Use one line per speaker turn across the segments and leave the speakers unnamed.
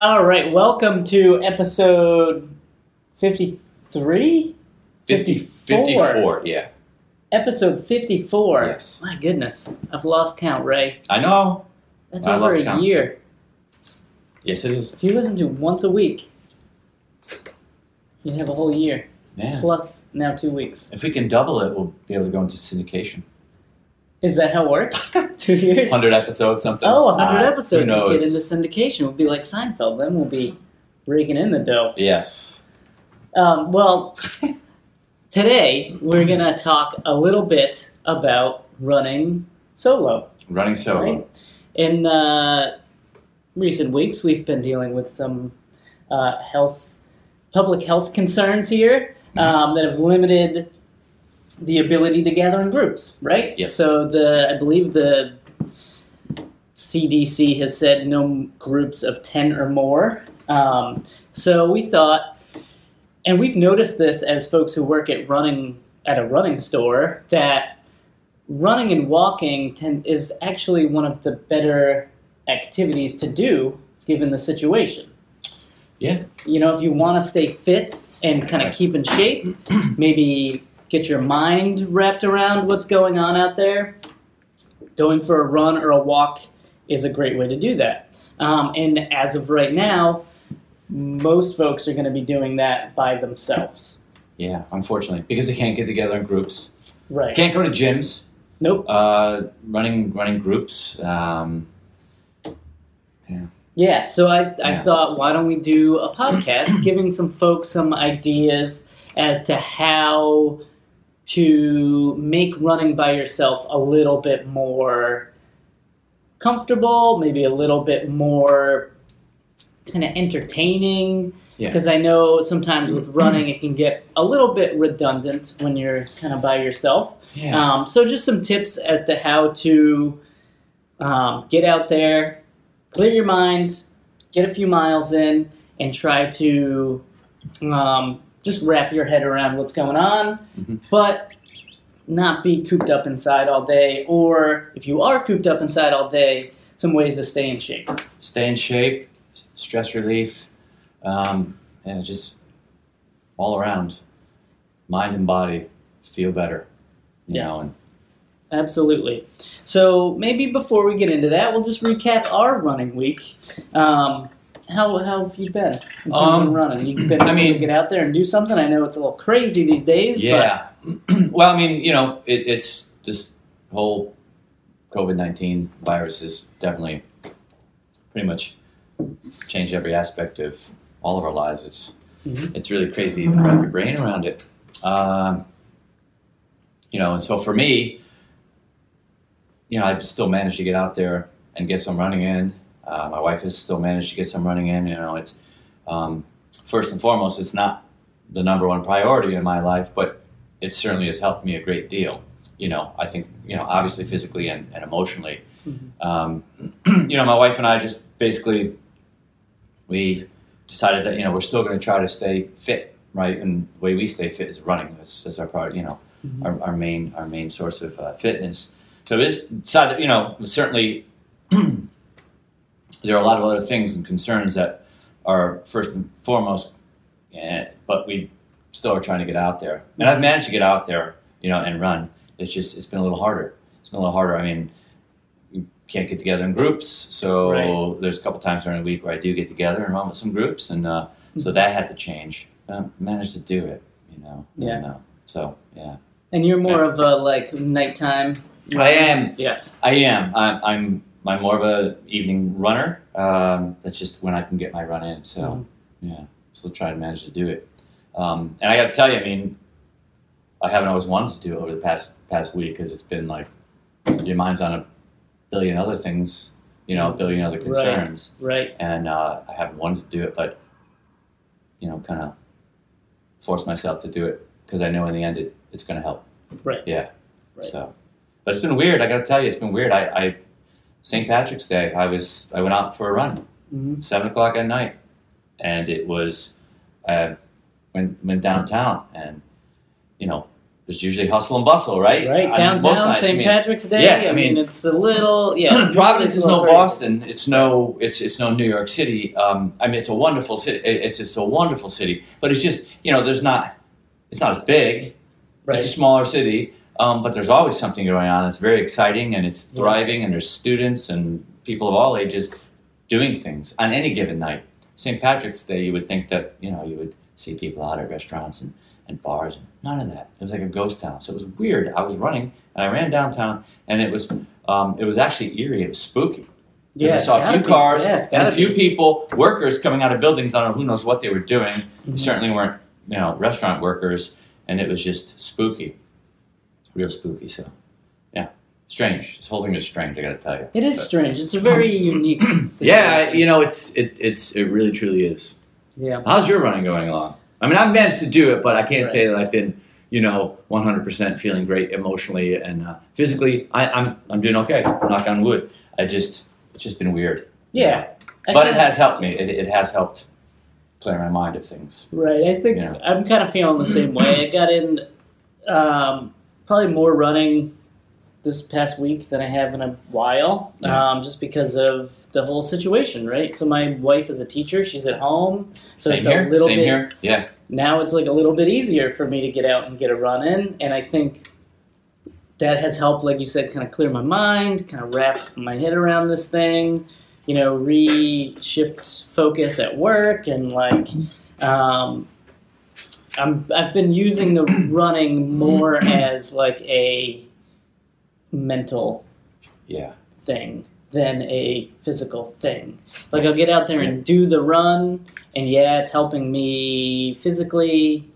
All right, welcome to episode 53?
50,
54.
54, yeah.
Episode 54.
Yes.
My goodness, I've lost count, Ray.
I know.
That's
I
over
lost
a
count,
year.
Yes, it is.
If you listen to it once a week, you'd have a whole year.
Man.
Plus, now two weeks.
If we can double it, we'll be able to go into syndication.
Is that how it works? two years?
100 episodes, something.
Oh,
Uh,
100 episodes.
Who knows?
Get into syndication. We'll be like Seinfeld. Then we'll be raking in the dough.
yes.
Um, well, today we're going to talk a little bit about running solo.
Running solo.
Right? In uh, recent weeks, we've been dealing with some uh, health, public health concerns here
Mm-hmm.
um, that have limited the ability to gather in groups, right?
Yes.
So the I believe the CDC has said no groups of ten or more. Um, so we thought, and we've noticed this as folks who work at running at a running store that running and walking tend, is actually one of the better activities to do given the situation.
Yeah.
You know, if you want to stay fit and kind of keep in shape, maybe get your mind wrapped around what's going on out there, going for a run or a walk is a great way to do that. Um, and as of right now, most folks are going to be doing that by themselves.
Yeah, unfortunately. Because they can't get together in groups.
Right.
Can't go to gyms.
Nope.
Uh, running running groups. Um,
Yeah, so I, I
Yeah.
thought, why don't we do a podcast giving some folks some ideas as to how to make running by yourself a little bit more comfortable, maybe a little bit more kind of entertaining.
Yeah.
Because I know sometimes with running, it can get a little bit redundant when you're kind of by yourself.
yeah.
Um, so just some tips as to how to um, get out there, clear your mind, get a few miles in, and try to um, just wrap your head around what's going on,
Mhm.
but not be cooped up inside all day. Or if you are cooped up inside all day, some ways to stay in shape.
Stay in shape, stress relief, um, yeah, just all around. Mind and body feel better. You
Yes.
know, and
Absolutely. So maybe before we get into that, we'll just recap our running week. Um, how, how have you been in terms
Um,
of running? You've been
I
able to
mean-
get out there and do something. I know it's a little crazy these days,
Yeah. well, I mean, you know, it, it's this whole COVID 19 virus has definitely pretty much changed every aspect of all of our lives. It's,
Mhm.
it's really crazy to even wrap your brain around it. Um, you know, and so for me, you know, I still managed to get out there and get some running in. Uh, my wife has still managed to get some running in. You know, it's um, first and foremost, it's not the number one priority in my life, but it certainly has helped me a great deal. You know, I think, you know, obviously physically and, and emotionally.
Mhm.
Um, you know, my wife and I just basically, we decided that, you know, we're still going to try to stay fit, right? And the way we stay fit is running. That's, that's our part, you know,
Mhm.
our, our main, our main source of uh, fitness. So this decided, you know, certainly there are a lot of other things and concerns that are first and foremost, eh, but we still are trying to get out there. And I've managed to get out there, you know, and run. It's just it's been a little harder. It's been a little harder. I mean, you can't get together in groups, so
Right.
there's a couple times during the week where I do get together and run with some groups, and uh, so that had to change. But I managed to do it, you know.
Yeah.
and, uh, so yeah.
And you're more of a like nighttime.
I am.
Yeah.
I am. I'm. I'm. I'm more of a evening runner. Um, that's just when I can get my run in. So
Mhm.
yeah, still try to manage to do it. Um, and I got to tell you, I mean, I haven't always wanted to do it over the past past week because it's been like your mind's on a billion other things, you know, a billion other
Right.
concerns,
Right.
and uh, I haven't wanted to do it, but you know, kind of force myself to do it because I know in the end it, it's going to help.
Right.
Yeah.
Right.
So, but it's been weird. I got to tell you, it's been weird. I, I St. Patrick's Day, I was I went out for a run,
Mhm.
seven o'clock at night, and it was, uh, went went downtown, and you know, there's usually hustle and bustle, right?
Right,
I mean, most
downtown
nights, I
St.
mean,
Patrick's Day.
yeah, I
I mean,
mean-
it's a little yeah.
Providence is
it's a
no
little crazy.
Boston. It's no. It's it's no New York City. Um, I mean, it's a wonderful city. It- It's it's a wonderful city, but it's just you know, there's not. It's not as big. It's a
Right.
smaller city, um, but there's always something going on. It's very exciting and it's thriving, and there's students and people of all ages doing things on any given night. St. Patrick's Day, you would think that you know you would see people out at restaurants and, and bars. None of that. It was like a ghost town. So it was weird. I was running and I ran downtown, and it was um, it was actually eerie. It was spooky. Because
Yeah,
I
it's
saw a
gotta
few
be.
cars
Yeah, it's
and
gotta
a few
be.
people, workers coming out of buildings. I don't know who knows what they were doing.
Mhm.
Certainly weren't, you know, restaurant workers, and it was just spooky, real spooky. So, yeah, strange. This whole thing is strange. I got to tell you.
It is strange. It's a very unique. Situation.
Yeah, I- you know, it's it it's it really truly is.
yeah.
How's your running going along?
I mean, I've managed to do it, but I can't
Right.
say that I've been, you know, 100% feeling great emotionally and uh, physically. I, I'm I'm doing okay.
Knock on wood. I just, it's just been weird.
Yeah. I
but it
kinda-
has helped me. It, it has helped clear my mind of things.
Right. I think
Yeah.
I'm kind of feeling the same way. I got in um, probably more running this past week than I have in a while,
Yeah.
um, just because of the whole situation, right? So my wife is a teacher. She's at home. So
Same
it's
here.
a little
Same
bit
here. Yeah.
now it's like a little bit easier for me to get out and get a run in and i think that has helped like you said kind of clear my mind kind of wrap my head around this thing you know re-shift focus at work and like um, I'm, i've been using the running more as like a mental
Yeah.
thing than a physical thing. Like I'll get out there and do the run, and yeah, it's helping me physically.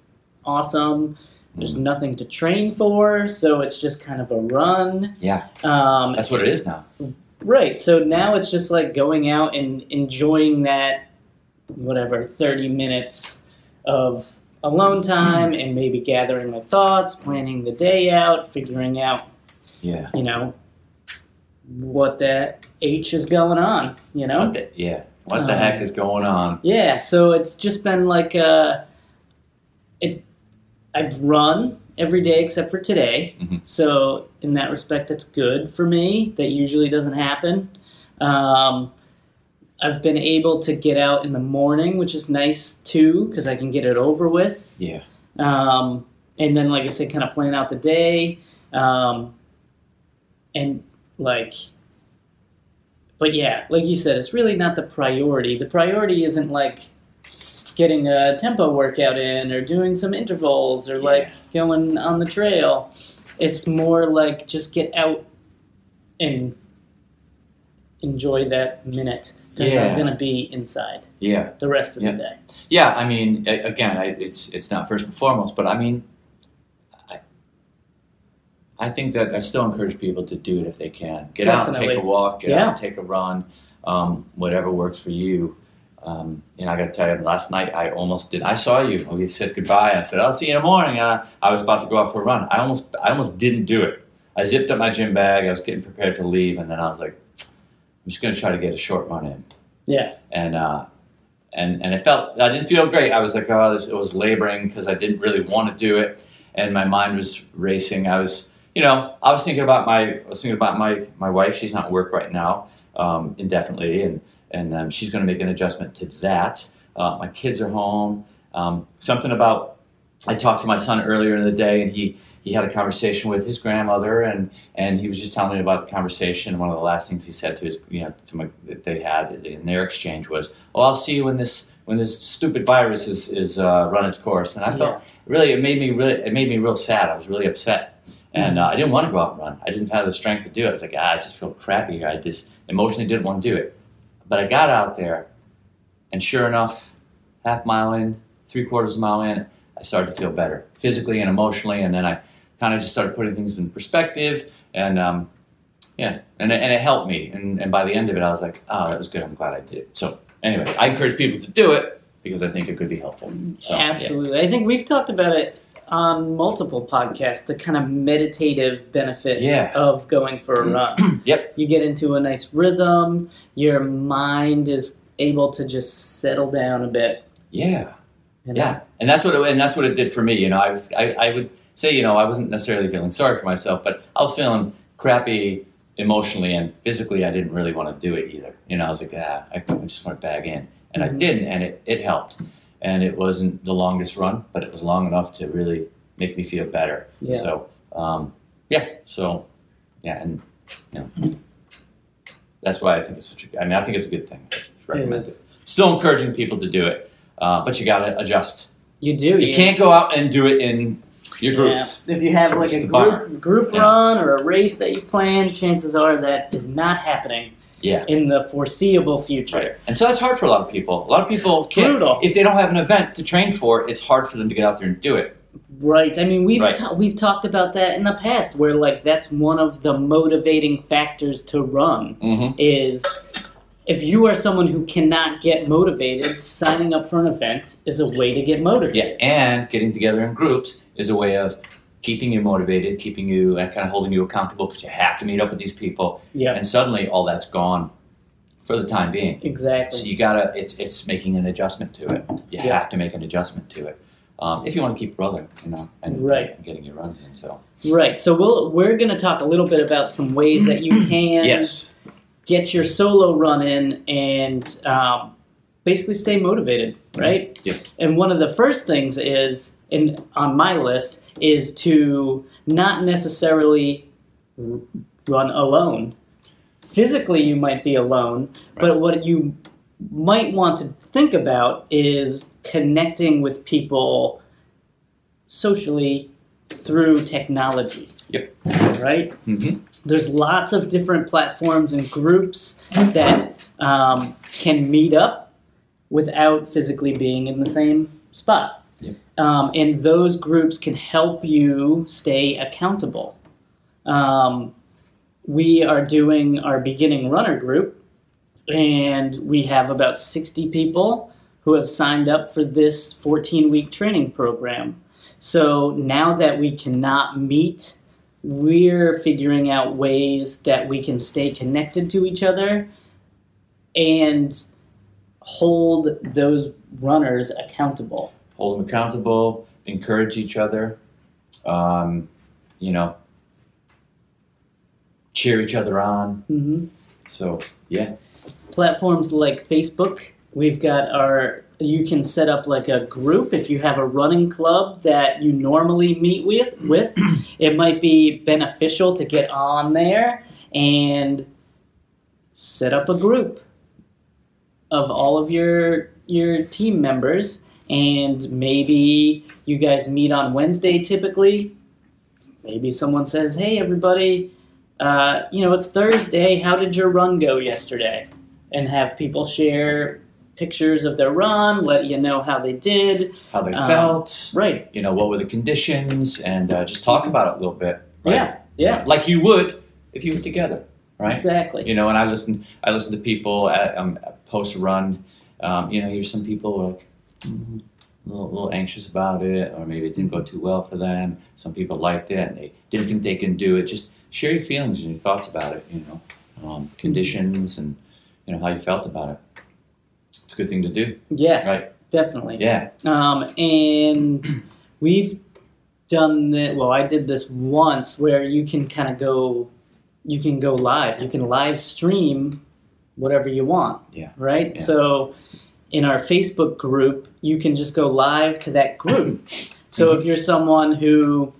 Awesome. There's
Mm-hmm.
nothing to train for, so it's just kind of a run.
Yeah.
Um,
That's what it is now.
right. So now it's just like going out and enjoying that whatever 30 minutes of alone time and maybe gathering my thoughts, planning the day out, figuring out
Yeah.
you know what that H is going on, you know?
What the, yeah. What
Oh.
the heck is going on?
Yeah, so it's just been like uh it I've run every day except for today.
Mhm.
So in that respect that's good for me. That usually doesn't happen. Um I've been able to get out in the morning, which is nice too, because I can get it over with.
Yeah.
Um, and then, like I said, kind of plan out the day. Um, and like, but yeah, like you said, it's really not the priority. The priority isn't like getting a tempo workout in or doing some intervals or like going on the trail. It's more like just get out and enjoy that minute because
Yeah.
I'm going to be inside
Yeah.
the rest of
Yeah.
the day.
Yeah, I mean, a- again, I, it's it's not first and foremost, but I mean, I, I think that I still encourage people to do it if they can. Get out and take a
Definitely.
walk. Get out
Yeah.
and take a run. Um, whatever works for you. Um, you know, I got to tell you, last night I almost did. I saw you. We said goodbye. I said, "I'll see you in the morning." Uh, I was about to go out for a run. I almost, I almost didn't do it. I zipped up my gym bag. I was getting prepared to leave, and then I was like, "I'm just going to try to get a short run in."
Yeah.
And uh, and and it felt I didn't feel great. I was like, oh, this, it was laboring because I didn't really want to do it, and my mind was racing. I was, you know, I was thinking about my, I was thinking about my my wife. She's not at work right now, um, indefinitely, and and um, she's going to make an adjustment to that. Uh, my kids are home. Um, something about I talked to my son earlier in the day, and he he had a conversation with his grandmother, and and he was just telling me about the conversation. One of the last things he said to his, you know, to my, that they had in their exchange was, "Oh, I'll see you when this when this stupid virus is is uh, run its course." And I felt really it made me really it made me real sad. I was really upset, and uh, I didn't want to go out and run. I didn't have the strength to do it. I was like, ah, I just feel crappy here. I just emotionally didn't want to do it, but I got out there, and sure enough, half mile in, three quarters of a mile in, I started to feel better physically and emotionally, and then I kind of just started putting things in perspective, and um, yeah, and it- and it helped me. And, and by the end of it, I was like, oh, that was good. I'm glad I did it. So anyway, I encourage people to do it because I think it could be helpful. So, yeah.
Mm-hmm. Absolutely. I think we've talked about it on multiple podcasts the kind of meditative benefit
Yeah.
of going for a run.
Yep.
You get into a nice rhythm, your mind is able to just settle down a bit.
yeah.
you know?
Yeah, and that's what it, and that's what it did for me. You know, I was I, I would say, you know, I wasn't necessarily feeling sorry for myself, but I was feeling crappy emotionally and physically. I didn't really want to do it either. You know, I was like, ah, I I just want to bag in, and I
Mhm.
didn't, and it it helped. And it wasn't the longest run, but it was long enough to really make me feel better.
Yeah.
So, um, yeah. So, yeah, and you know, that's why I think it's such a. I mean, I think it's a good thing. It's recommended.
is.
Still encouraging people to do it, uh, but you got to adjust.
You do.
You can't go out and do it in your groups.
If you have like
Which is
a
the bummer.
group, group
Yeah.
run or a race that you plan, chances are that is not happening
Yeah.
in the foreseeable future.
Right. And so that's hard for a lot of people. A lot of people
It's
can't.
brutal.
If they don't have an event to train for, it's hard for them to get out there and do it.
Right. I mean, we've
Right.
ta- we've talked about that in the past, where like that's one of the motivating factors to run
Mm-hmm.
is if you are someone who cannot get motivated, signing up for an event is a way to get motivated.
Yeah. And getting together in groups is a way of keeping you motivated, keeping you and kind of holding you accountable because you have to meet up with these people.
Yeah.
And suddenly, all that's gone for the time being. So
Exactly.
you gotta, it's it's making an adjustment to it. You
Yeah.
have to make an adjustment to it um, if you want to keep rolling, you know, and
Right.
and getting your runs in. So
Right. So we'll we're gonna talk a little bit about some ways that you can
yes,
get your solo run in and um, basically stay motivated, right?
Mm-hmm. Yeah.
And one of the first things is, and on my list, is to not necessarily r- run alone. Physically, you might be alone, but what you might want to think about is connecting with people socially through technology.
Yep.
Right?
Mhm.
There's lots of different platforms and groups that um, can meet up without physically being in the same spot.
Yep.
Um, and those groups can help you stay accountable. Um, we are doing our beginning runner group, and we have about 60 people who have signed up for this 14 week training program. So now that we cannot meet, we're figuring out ways that we can stay connected to each other and hold those runners accountable.
hold them accountable, encourage each other, um, you know, cheer each other on.
hmm
So yeah,
Platforms like Facebook, we've got our, you can set up like a group if you have a running club that you normally meet with. with. it might be beneficial to get on there and set up a group of all of your your team members and maybe you guys meet on Wednesday typically maybe someone says hey everybody uh, you know it's Thursday how did your run go yesterday and have people share pictures of their run let you know how they did
how they
Um,
felt,
right
you know, what were the conditions, and uh, just talk about it a little bit. Right?
yeah yeah
like you would if you were together, right?
exactly
You know, and I listen. I listen to people at, um, post run. Um, you know, here's some people who are like mm, a little, little anxious about it, or maybe it didn't go too well for them. Some people liked it, and they didn't think they can do it. Just share your feelings and your thoughts about it. You know, um, conditions and you know how you felt about it. It's a good thing to do.
yeah
Right.
definitely
Yeah.
Um, and we've done that. Well, I did this once where you can kind of go, you can go live, you can live stream whatever you want.
Yeah.
Right.
Yeah.
So in our Facebook group, you can just go live to that group. so if you're someone who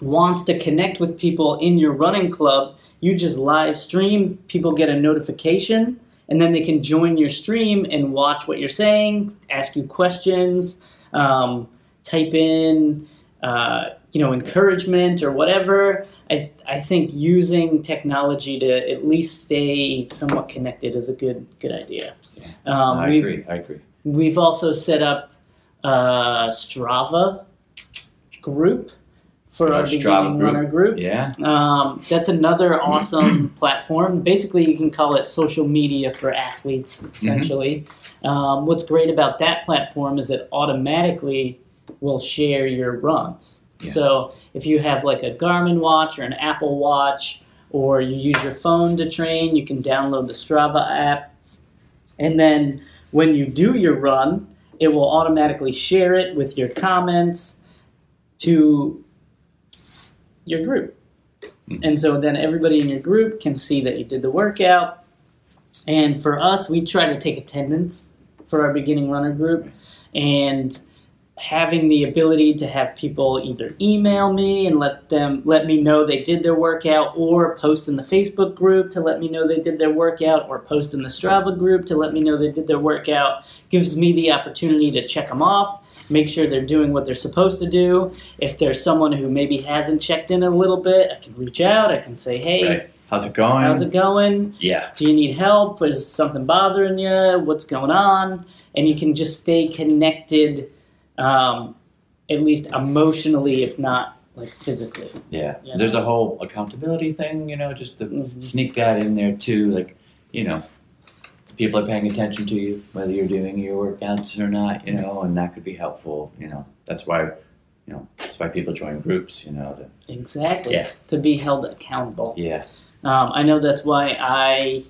wants to connect with people in your running club, you just live stream. People get a notification and then they can join your stream and watch what you're saying, ask you questions, um, type in, uh, you know, encouragement or whatever. I, I think using technology to at least stay somewhat connected is a good good idea. Um,
I
we've,
agree. I agree.
we've also set up a Strava group for
Our
our,
Strava
beginning
group.
runner group.
Yeah.
Um, that's another awesome platform. Basically, you can call it social media for athletes,
Mm-hmm.
essentially. Um, what's great about that platform is it automatically will share your runs.
Yeah.
So if you have like a Garmin watch or an Apple watch, or you use your phone to train, you can download the Strava app. And then when you do your run, it will automatically share it with your comments to your group. And so then everybody in your group can see that you did the workout. And for us, we try to take attendance for our beginning runner group. And having the ability to have people either email me and let them let me know they did their workout or post in the Facebook group to let me know they did their workout or post in the Strava group to let me know they did their workout gives me the opportunity to check them off, make sure they're doing what they're supposed to do. If there's someone who maybe hasn't checked in a little bit, I can reach out, I can say, "Hey,
Right. How's it going?
how's it going?
Yeah.
Do you need help? Is something bothering you? What's going on? And you can just stay connected, um, at least emotionally, if not like physically.
Yeah.
Yeah.
There's a whole accountability thing, you know, just to
Mhm.
sneak that in there too. Like, you know, people are paying attention to you, whether you're doing your workouts or not, you know, and that could be helpful, you know. That's why, you know, that's why people join groups, you know. to-
Exactly.
Yeah.
To be held accountable.
yeah.
Um, I know that's why I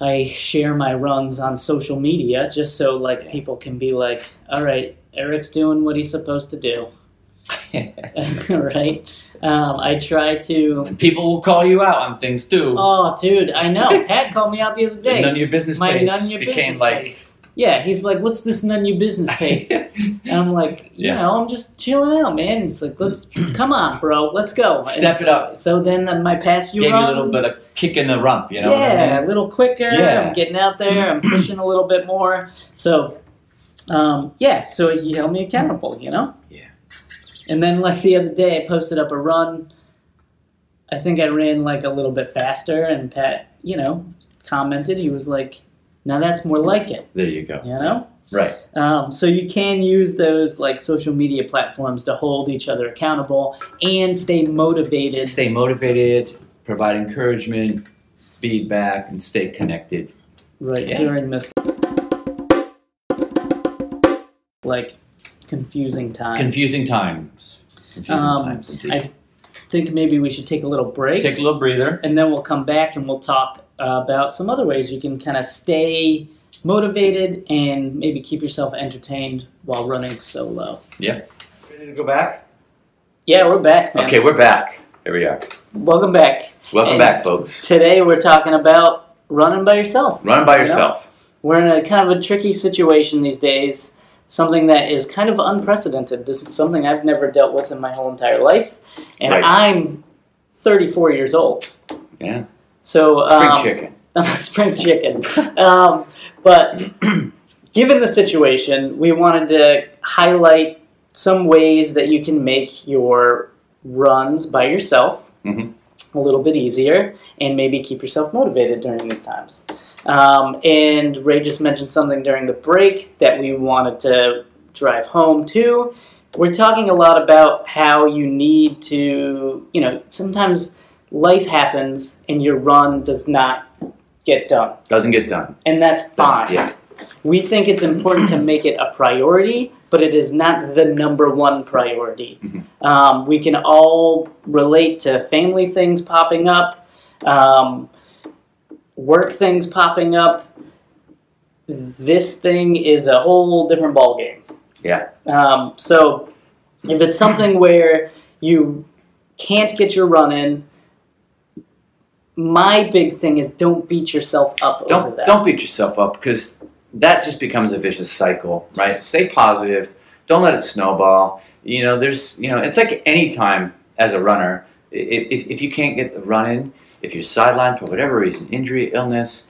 I share my runs on social media just so like people can be like, all right, Eric's doing what he's supposed to do, right? Um, I try to.
And people will call you out on things too.
Oh, dude, I know. Pat called me out the other day.
none of your business
my
place
none your
became
business
like
pace. Yeah, he's like, "What's this none your business pace?" and I'm like, "You
Yeah.
know, I'm just chilling out, man." He's like, "Let's come on, bro, let's go."
Step
And
it up.
So then the- my past few
Gave you a
runs,
little bit of kick in the rump, you know. what I
yeah,
mean?
a little quicker.
Yeah.
I'm getting out there. I'm pushing a little bit more. So, um, yeah. So he held me accountable, you know.
Yeah.
And then, like the other day, I posted up a run. I think I ran like a little bit faster, and Pat, you know, commented. He was like, "Now that's more like it,"
There you go.
you know.
Right.
Um, so you can use those like social media platforms to hold each other accountable and stay motivated.
Stay motivated, provide encouragement, feedback, and stay connected.
right
Yeah.
during this like confusing time.
Confusing times. Confusing
Um,
times indeed.
I think maybe we should take a little break
Take a little breather.
and then we'll come back and we'll talk about some other ways you can kind of stay motivated and maybe keep yourself entertained while running solo.
Ready to go back?
Yeah, we're back, man.
Okay, we're back. Here we are.
Welcome back.
Welcome
And
back, folks.
Today we're talking about running by yourself.
Running by
you know?
yourself.
We're in a kind of a tricky situation these days, something that is kind of unprecedented. This is something I've never dealt with in my whole entire life, and
Right.
I'm 34 years old.
Yeah.
So,
Spring
um,
chicken.
I'm a spring chicken. Um, but given the situation, we wanted to highlight some ways that you can make your runs by yourself
Mhm.
a little bit easier and maybe keep yourself motivated during these times. Um, and Ray just mentioned something during the break that we wanted to drive home too. We're talking a lot about how you need to, you know, sometimes life happens and your run does not get done.
Doesn't get done.
And that's fine.
Yeah.
We think it's important to make it a priority, but it is not the number one priority.
Mhm.
Um, we can all relate to family things popping up, um, work things popping up. This thing is a whole different ballgame.
Yeah.
Um, so if it's something where you can't get your run in, my big thing is don't beat yourself up over
Don't
that.
don't beat yourself up because that just becomes a vicious cycle, right? Stay positive. Don't let it snowball. You know, there's you know, it's like any time as a runner, i- i- if, if you can't get the run in, if you're sidelined for whatever reason, injury, illness,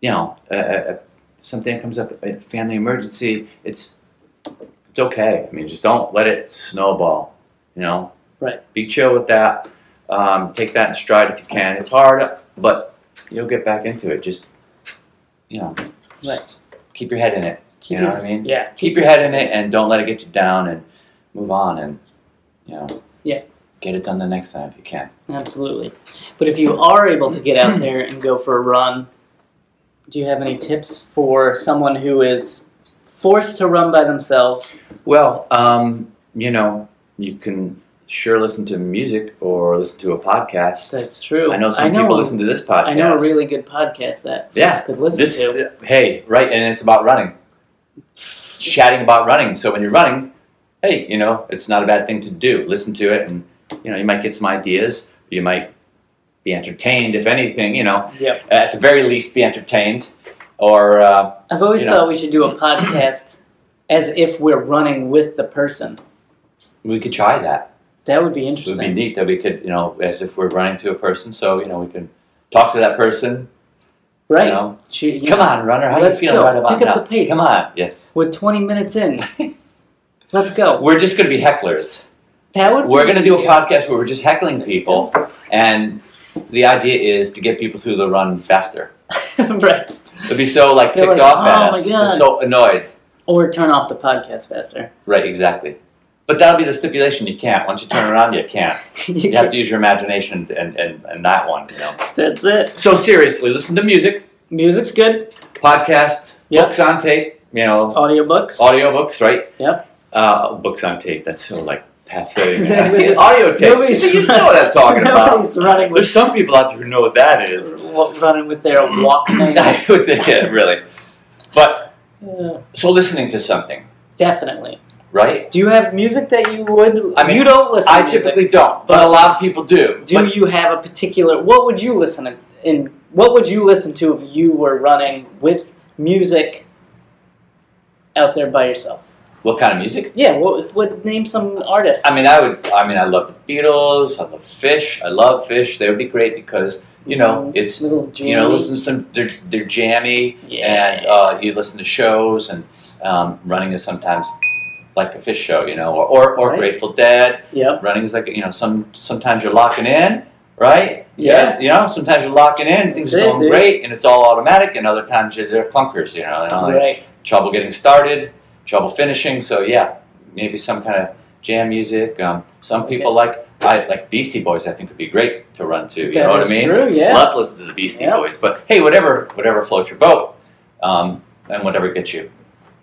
you know, uh, uh, something comes up, a family emergency, it's it's okay. I mean, just don't let it snowball. You know,
Right.
Be chill with that. Um, take that in stride if you can. It's hard, but you'll get back into it. Just you know, just keep your head in it.
Keep
you know
your-
what I mean?
yeah,
Keep your head in it and don't let it get you down and move on and you know.
Yeah.
Get it done the next time if you can.
absolutely. But if you are able to get out there and go for a run, do you have any tips for someone who is forced to run by themselves?
Well, um, you know, you can sure listen to music or listen to a podcast.
That's true.
I know some people listen to this podcast.
I know a really good podcast that
Yeah,
folks could listen
this.
to.
Hey, right, and it's about running, chatting about running. So when you're running, hey, you know, it's not a bad thing to do. Listen to it, and you know, you might get some ideas. You might be entertained, if anything. You know,
Yep.
at the very least, be entertained. Or uh,
I've always
You know.
thought we should do a podcast as if we're running with the person.
we could try that.
That would be
It would be
interesting.
neat that we could, you know, as if we're running to a person, so you know we can talk to that person.
right.
You know,
She- you
come
know,
on, runner, how are you
Let's
feeling
go.
right about
Pick
now?
up the pace.
Come on, yes.
We're 20 minutes in. Let's go.
We're just going to be hecklers.
That would
We're
be-
going to do a podcast where we're just heckling people, and the idea is to get people through the run faster.
right.
They'd be so like
They're
ticked
like,
off at
"Oh my
us,
God."
and so annoyed.
Or turn off the podcast faster.
Right, exactly. But that'll be the stipulation. You can't. Once you turn around, you can't. You have to use your imagination and, and, and that one. You know.
That's it.
So seriously, listen to music.
Music's good.
podcast,
Yep.
books on tape, you know,
Audiobooks.
audiobooks, right?
Yep.
Uh, books on tape. That's so like passe.
That
man.
was-
Audio tapes.
Nobody's
You know what I'm talking about.
Nobody's running with,
There's some people out there who know what that is.
wa- running with their Walkman.
I would think it really. But
Uh,
so listening to something,
definitely.
right?
Do you have music that you would?
I mean,
you don't listen.
I
to music.
typically don't, but a lot of people do.
Do you have a particular? What would you listen to? And what would you listen to if you were running with music out there by yourself?
But what kind of music?
Yeah. What? What? Name some artists.
I mean, I would. I mean, I love the Beatles. I love Fish. I love Fish. They would be great because you
Mm-hmm.
know it's
Um, little Jimmy.
you know listen to some they're they're jammy.
yeah.
and uh, you listen to shows and um, running is sometimes like a fish show you know or, or, or
Right.
grateful dead
yep.
running is like you know some sometimes you're locking in right
Yeah.
you know sometimes you're locking in things
That's
are
it,
going
dude.
great and it's all automatic and other times there's there are clunkers you know and all that.
Right.
trouble getting started trouble finishing so yeah maybe some kind of jam music um, some people like I, like Beastie Boys I think would be great to run to you know what I
That is
mean
True. Yeah.
Love to listen to the Beastie
Yeah.
Boys, but hey, whatever, whatever floats your boat, um, and whatever gets you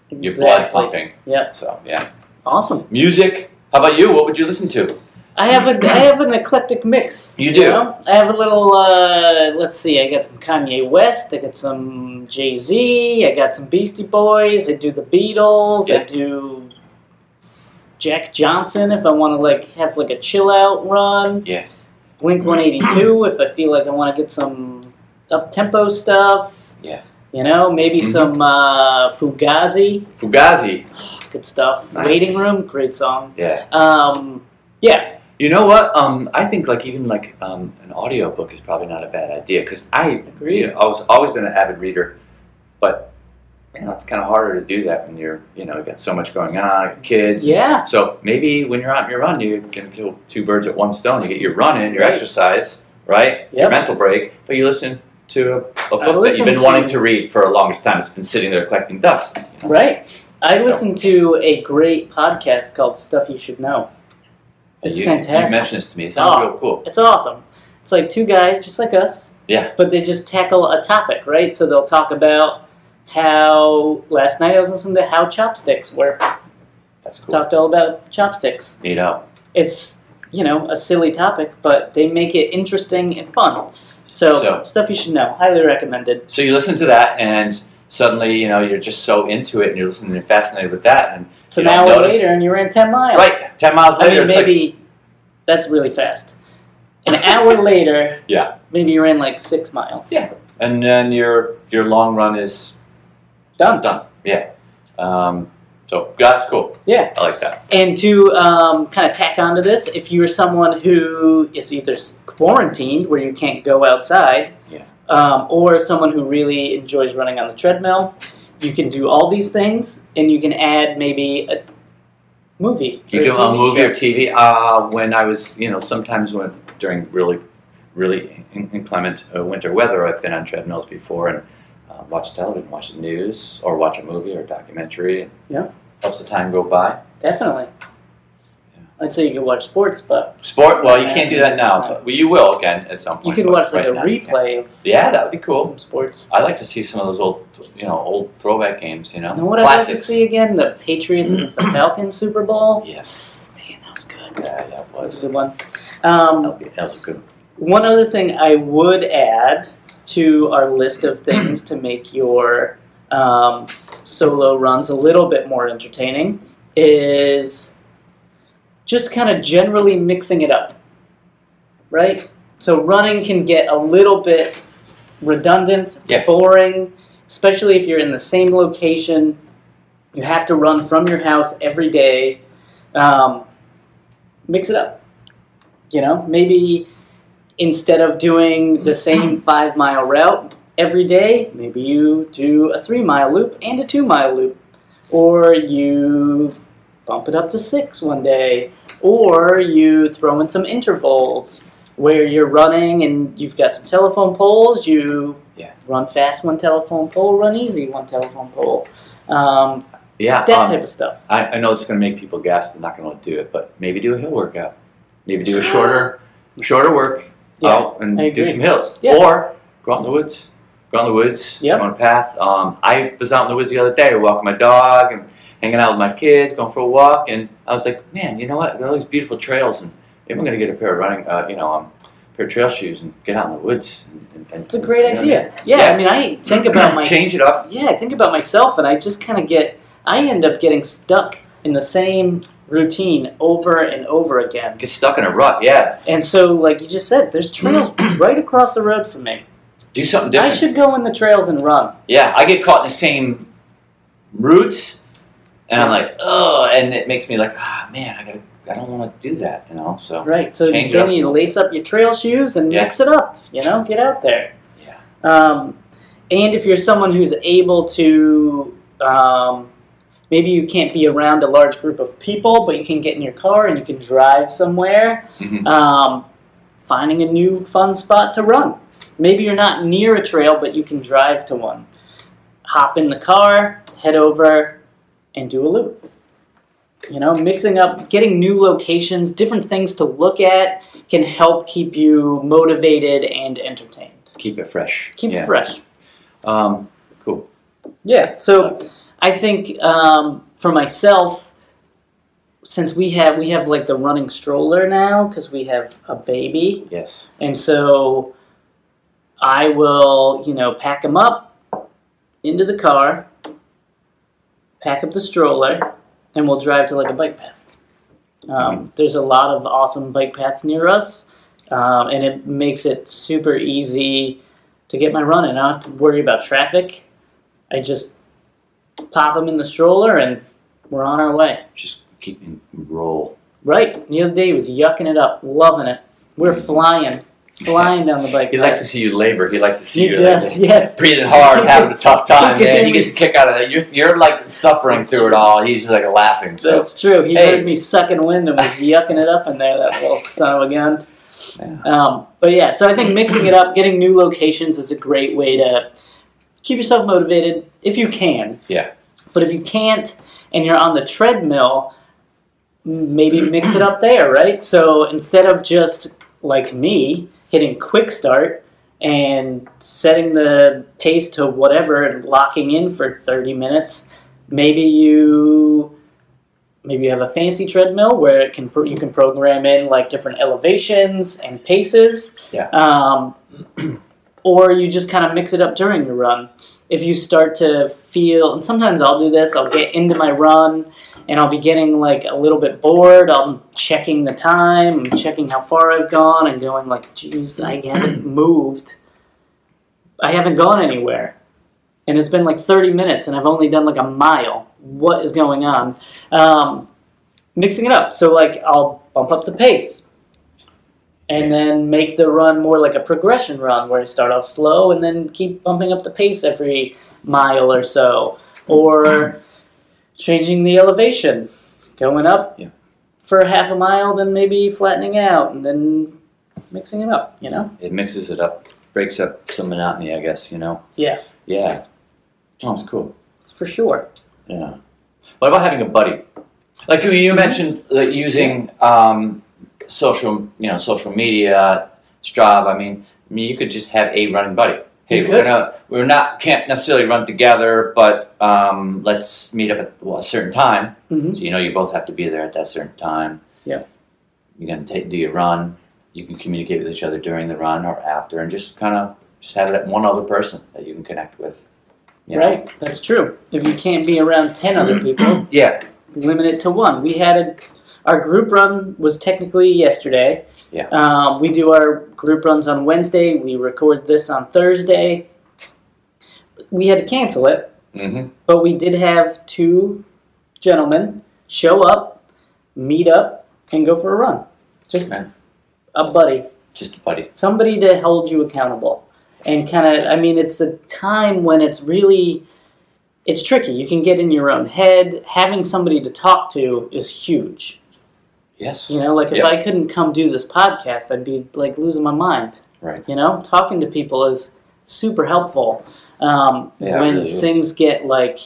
your blood
Exactly.
pumping.
Yeah.
So yeah,
Awesome.
music. How about you? What would you listen to?
I have a I have an eclectic mix.
You do.
know? I have a little. Uh, let's see. I got some Kanye West. I got some Jay Z. I got some Beastie Boys. I do the Beatles. I
Yeah.
do Jack Johnson if I want to like have like a chill out run.
Yeah.
Blink One Eighty Two if I feel like I want to get some up tempo stuff.
Yeah.
You know, maybe
Mhm.
some uh, Fugazi.
Fugazi.
Good stuff.
Nice.
Waiting Room. Great song.
Yeah.
Um, yeah.
You know what? Um, I think like even like um, an audiobook is probably not a bad idea because I agree. I was always been an avid reader, but you know, it's kind of harder to do that when you're you know you got so much going on, kids.
Yeah.
So maybe when you're out on your run, you can kill two birds at one stone. You get your run in, your
Right.
exercise, right?
Yep.
Your mental break, but you listen to a, a book that
listen
you've been
to-
wanting to read for the longest time. It's been sitting there collecting dust. you know?
Right. I
So-
listened to a great podcast called Stuff You Should Know.
And
It's
you,
fantastic.
You mentioned this to me. It sounds
Oh.
real cool.
It's awesome. It's like two guys just like us.
Yeah.
But they just tackle a topic, right? So they'll talk about how last night I was listening to how chopsticks were
That's cool.
talked all about chopsticks.
You know,
It's you know a silly topic, but they make it interesting and fun. So,
So-
stuff you should know. Highly recommended.
so you listen to that, and suddenly you know you're just so into it, and you're listening and fascinated with that. And
It's an
You don't
hour
notice-
later, and you're in ten miles.
right, ten miles
I
later,
mean,
it's like,
maybe that's really fast. An hour later,
Yeah.
maybe you ran like six miles.
Yeah. and then your your long run is
Done.
done. Yeah. Um, so that's cool.
Yeah.
I like that.
And to um, kind of tack onto this, if you're someone who is either s- quarantined, where you can't go outside,
Yeah.
um, or someone who really enjoys running on the treadmill, you can do all these things, and you can add maybe a movie.
You
or
do a
TV
movie
show.
or TV. Uh, when I was, you know, sometimes when during really, really in- inclement uh, winter weather, I've been on treadmills before and uh, watch television, watch the news, or watch a movie or a documentary. And
Yeah.
helps the time go by.
Definitely. I'd say you can watch sports, but
Sport. Well, you
Yeah,
can't do that now,
it's not-
but well, you will again at some
you
point.
can
but
watch like
right
a
now you can't.
replay of
Yeah, that would be cool.
some sports.
I like to see some of those old, you know, old throwback games. You know,
You know what I'd like to
classics.
see again? The Patriots against the Falcons Super Bowl.
Yes.
Man, that was good.
Yeah, yeah, it
That was a
was.
good one. Um,
That was a good. one.
one other thing I would add to our list of things to make your um, solo runs a little bit more entertaining is just kind of generally mixing it up, right? So running can get a little bit redundant,
Yeah.
boring, especially if you're in the same location. You have to run from your house every day. Um, mix it up. You know, maybe instead of doing the same five mile route every day, maybe you do a three mile loop and a two mile loop, or you bump it up to six one day, or you throw in some intervals where you're running and you've got some telephone poles. You
Yeah.
run fast one telephone pole, run easy one telephone pole, um,
Yeah,
that
um,
type of stuff.
I, I know it's going to make people gasp. I'm not going to want to do it, but maybe do a hill workout. Maybe do a shorter, shorter work
Yeah,
out and
I
do
agree.
some hills,
Yeah.
or go out in the woods. Go out in the woods.
Yep.
go on a path. Um, I was out in the woods the other day, walking my dog and hanging out with my kids, going for a walk, and I was like, man, you know what? There are all these beautiful trails, and maybe I'm going to get a pair of running, uh, you know, um, pair of trail shoes and get out in the woods. And, and, and
It's a great
you know what I mean?
idea. Yeah, I mean, I think about my
Change it up.
Yeah, I think about myself, and I just kind of get. I end up getting stuck in the same routine over and over again.
Get stuck in a rut. Yeah,
And so, like you just said, there's trails right across the road from me.
do something
I
different.
should go in the trails and run.
Yeah, I get caught in the same roots, and I'm like, oh, and it makes me like, ah, man, I gotta, I don't want to do that, you know. So
Right. So
Change
then
up.
you lace up your trail shoes and
Yeah.
mix it up. You know, get out there.
Yeah.
Um, and if you're someone who's able to, um, maybe you can't be around a large group of people, but you can get in your car and you can drive somewhere.
Mhm.
Um, finding a new fun spot to run. Maybe you're not near a trail, but you can drive to one. Hop in the car, head over, and do a loop you know mixing up getting new locations different things to look at can help keep you motivated and entertained
keep it fresh.
keep
yeah.
it fresh
Um, cool.
yeah so i think um, for myself since we have we have like the running stroller now because we have a baby
Yes.
And so I will, you know, pack them up into the car, pack up the stroller, and we'll drive to like a bike path. Um, there's a lot of awesome bike paths near us, um, and it makes it super easy to get my run and not to worry about traffic. I just pop them in the stroller and we're on our way.
Just keep and roll.
Right. The other day he was yucking it up, loving it. We're flying, flying down the bike.
Mm-hmm. He likes to see you labor. He likes to see
He
you
does,
like,
yes.
breathing hard, having a tough time,
He can
man.
hear
He
me.
gets a kick out of that. You're, you're like suffering through it all. He's just like laughing. So
That's true. He
Hey.
heard me sucking wind and was yucking it up in there, that little son of a gun.
Yeah.
Um, but yeah, so I think mixing it up, getting new locations is a great way to keep yourself motivated if you can.
Yeah.
But if you can't and you're on the treadmill, maybe mix it up there, right? So instead of just like me hitting quick start and setting the pace to whatever and locking in for 30 minutes, maybe you maybe you have a fancy treadmill where it can pro- you can program in like different elevations and paces.
Yeah.
Um, or you just kind of mix it up during your run. If you start to feel, and sometimes I'll do this, I'll get into my run and I'll be getting like a little bit bored. I'm checking the time, I'm checking how far I've gone, and going like, "Geez, I haven't moved. I haven't gone anywhere." And it's been like 30 minutes, and I've only done like a mile. What is going on? um, mixing it up. So like I'll bump up the pace, and then make the run more like a progression run where I start off slow and then keep bumping up the pace every mile or so, or changing the elevation, going up
Yeah.
for half a mile, then maybe flattening out, and then mixing it up. You know,
it mixes it up, breaks up some monotony, I guess. You know.
Yeah.
Yeah. Sounds cool.
for sure.
Yeah. What about having a buddy? Like you,
Mm-hmm.
you mentioned, like using um, social, you know, social media, Strava. I mean, I mean, you could just have a running buddy. Hey,
You
we're
could.
gonna, we're not can't necessarily run together, but um, let's meet up at well, a certain time.
hmm
So you know, you both have to be there at that certain time.
Yeah.
You're gonna take, do your run. You can communicate with each other during the run or after, and just kind of just have that one other person that you can connect with. you know?
Right, that's true. If you can't be around ten other people,
Yeah.
limit it to one. We had a Our group run was technically yesterday.
Yeah.
Um, we do our group runs on Wednesday. We record this on Thursday. We had to cancel it,
Mm-hmm.
but we did have two gentlemen show up, meet up, and go for a run. Just
Man.
a buddy
Just a buddy.
somebody to hold you accountable and kind of i mean it's the time when it's really it's tricky you can get in your own head having somebody to talk to is huge
Yes.
you know like if
Yep.
i couldn't come do this podcast i'd be like losing my mind
Right.
you know talking to people is super helpful um,
Yeah, it
when
really is.
things get like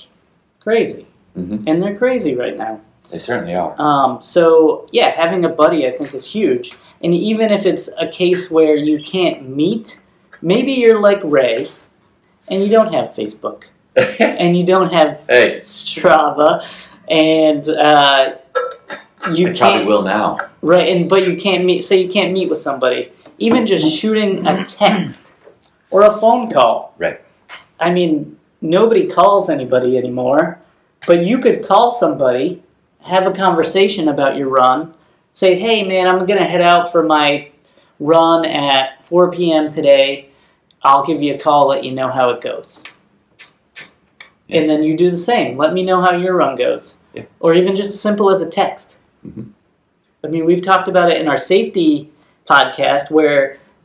crazy
Mhm.
and they're crazy right now
They certainly are.
um, so yeah, having a buddy I think is huge. And even if it's a case where you can't meet, maybe you're like Ray, and you don't have Facebook, and you don't have
hey,
Strava, and uh, you
I probably
can't
will now.
right, and but you can't meet. Say you can't meet with somebody, even just shooting a text or a phone call.
Right.
I mean, nobody calls anybody anymore, but you could call somebody, have a conversation about your run, say, "Hey, man, I'm gonna head out for my run at 4 p.m. today. I'll give you a call, let you know how it goes."
Yeah.
And then you do the same. Let me know how your run goes,
Yeah.
or even just as simple as a text.
Mhm.
I mean, we've talked about it in our safety podcast where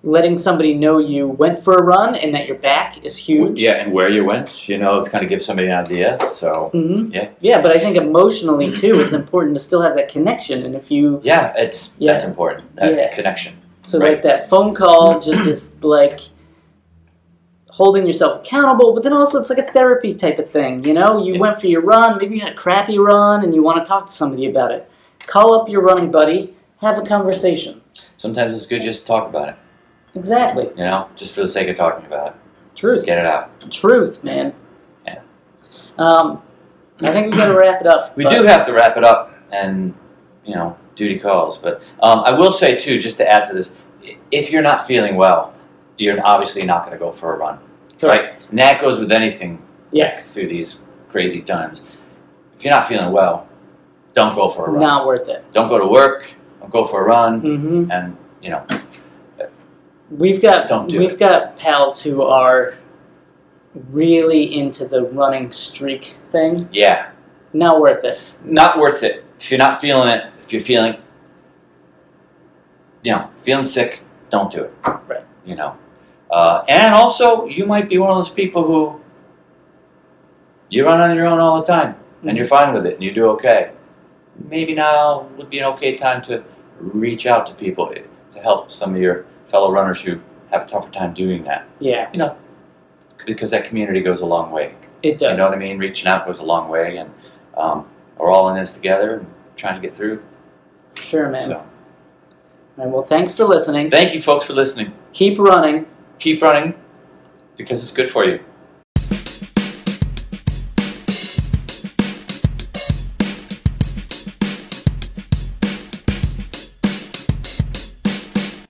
letting somebody know you went for a run and that you're back is huge.
Yeah, and where you went, you know, it's kind of gives somebody an idea. So
hmm
Yeah.
Yeah, but I think emotionally too, it's important to still have that connection. And if you,
yeah, it's
Yeah.
that's important. That
Yeah.
connection.
so
Right.
like that phone call just is like holding yourself accountable, but then also it's like a therapy type of thing. You know, you
Yeah.
went for your run, maybe you had a crappy run and you want to talk to somebody about it. Call up your running buddy, have a conversation.
Sometimes it's good just to talk about it.
Exactly.
You know, just for the sake of talking about it,
Truth.
get it out.
Truth, man.
Yeah.
Um, I think we got to wrap it up.
We
but-
do have to wrap it up, and you know, duty calls. But um, I will say too, just to add to this, i- if you're not feeling well, you're obviously not going to go for a run. Right. And that goes with anything
Yes.
through these crazy times. If you're not feeling well, don't go for a run.
Not worth it.
Don't go to work. Don't go for a run.
hmm
And you know,
We've got
Just don't do
we've got pals who are really into the running streak thing.
yeah,
Not worth it.
not worth it. If you're not feeling it, if you're feeling, you know, feeling sick, don't do it.
Right.
You know, uh, and also you might be one of those people who you run on your own all the time, and you're fine with it, and you do okay. Maybe now would be an okay time to reach out to people eh, to help some of your fellow runners who have a tougher time doing that,
Yeah,
because that community goes a long way.
it does.
You know what I mean? Reaching out goes a long way, and um, we're all in this together and trying to get through.
Sure, man.
So,
And well, thanks for listening.
thank you, folks, for listening.
Keep running.
Keep running because it's good for you.